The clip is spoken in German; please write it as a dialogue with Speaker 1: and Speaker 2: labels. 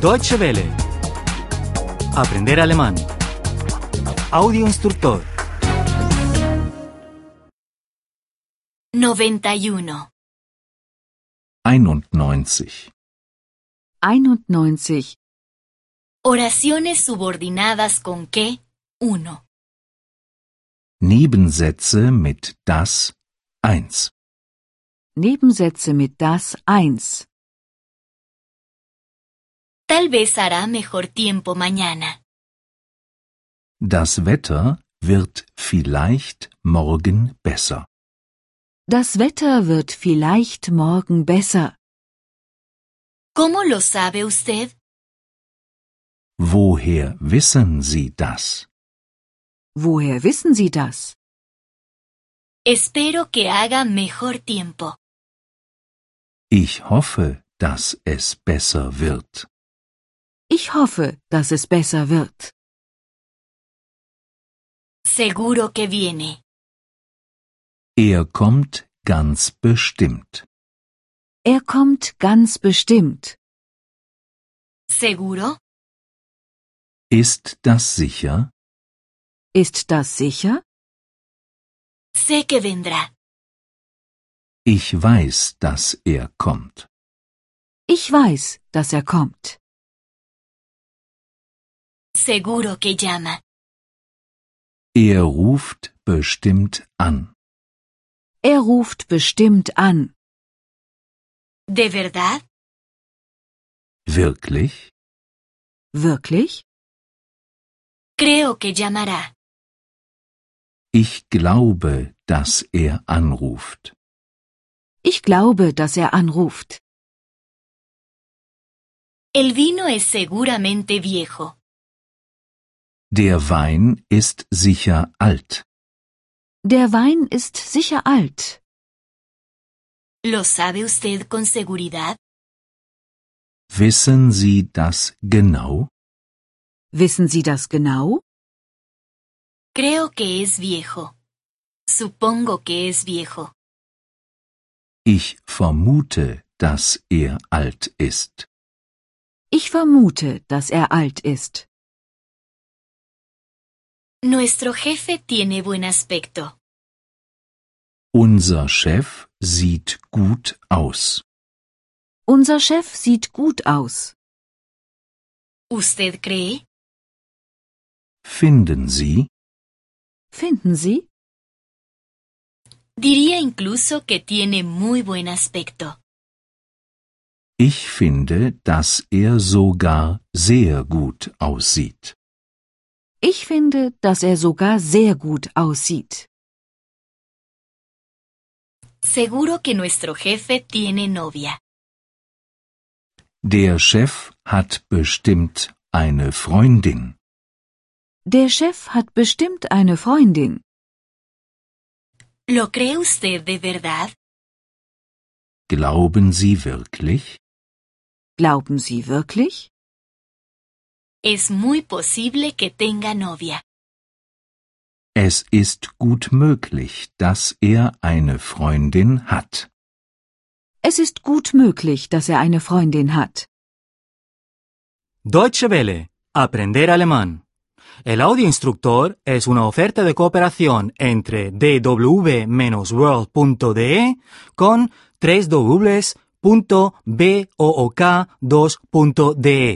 Speaker 1: Deutsche Welle. Aprender alemán. Audio instructor.
Speaker 2: 91.
Speaker 3: 91.
Speaker 4: 91.
Speaker 2: Oraciones subordinadas con que 1.
Speaker 3: Nebensätze mit das 1.
Speaker 4: Nebensätze mit das 1.
Speaker 2: Tal vez hará mejor tiempo mañana.
Speaker 3: Das Wetter wird vielleicht morgen besser.
Speaker 4: Das Wetter wird vielleicht morgen besser.
Speaker 2: ¿Cómo lo sabe usted?
Speaker 3: Woher wissen Sie das?
Speaker 4: Woher wissen Sie das?
Speaker 2: Espero que haga mejor tiempo.
Speaker 3: Ich hoffe, dass es besser wird.
Speaker 4: Ich hoffe, dass es besser wird.
Speaker 2: Seguro que viene.
Speaker 3: Er kommt ganz bestimmt.
Speaker 4: Er kommt ganz bestimmt.
Speaker 2: ¿Seguro?
Speaker 3: Ist das sicher?
Speaker 4: Ist das sicher?
Speaker 2: Sé que vendrá.
Speaker 3: Ich weiß, dass er kommt.
Speaker 4: Ich weiß, dass er kommt.
Speaker 2: Seguro que llama.
Speaker 3: Er ruft bestimmt an.
Speaker 4: Er ruft bestimmt an.
Speaker 2: ¿De verdad?
Speaker 3: Wirklich?
Speaker 4: Wirklich?
Speaker 2: Creo que llamará.
Speaker 3: Ich glaube, dass er anruft.
Speaker 4: Ich glaube, dass er anruft.
Speaker 2: El vino es seguramente viejo.
Speaker 3: Der Wein ist sicher alt.
Speaker 4: Der Wein ist sicher alt.
Speaker 2: ¿Lo sabe usted con seguridad?
Speaker 3: Wissen Sie das genau?
Speaker 4: Wissen Sie das genau?
Speaker 2: Creo que es viejo. Supongo que es viejo.
Speaker 3: Ich vermute, dass er alt ist.
Speaker 4: Ich vermute, dass er alt ist.
Speaker 2: Nuestro jefe tiene buen aspecto.
Speaker 3: Unser Chef sieht gut aus.
Speaker 4: Unser Chef sieht gut aus.
Speaker 2: ¿Usted cree?
Speaker 3: Finden Sie?
Speaker 4: Finden Sie?
Speaker 2: Diría incluso que tiene muy buen aspecto.
Speaker 3: Ich finde, dass er sogar sehr gut aussieht.
Speaker 4: Ich finde, dass er sogar sehr gut aussieht.
Speaker 2: Seguro que nuestro jefe tiene novia.
Speaker 3: Der Chef hat bestimmt eine Freundin.
Speaker 4: Der Chef hat bestimmt eine Freundin.
Speaker 2: ¿Lo cree usted de verdad?
Speaker 3: Glauben Sie wirklich?
Speaker 4: Glauben Sie wirklich?
Speaker 2: Es muy posible que tenga novia.
Speaker 3: Es ist gut möglich, dass er eine Freundin hat.
Speaker 4: Es ist gut möglich, dass er eine Freundin hat.
Speaker 1: Deutsche Welle. Aprender alemán. El audio instructor es una oferta de cooperación entre dw-world.de con 3 2de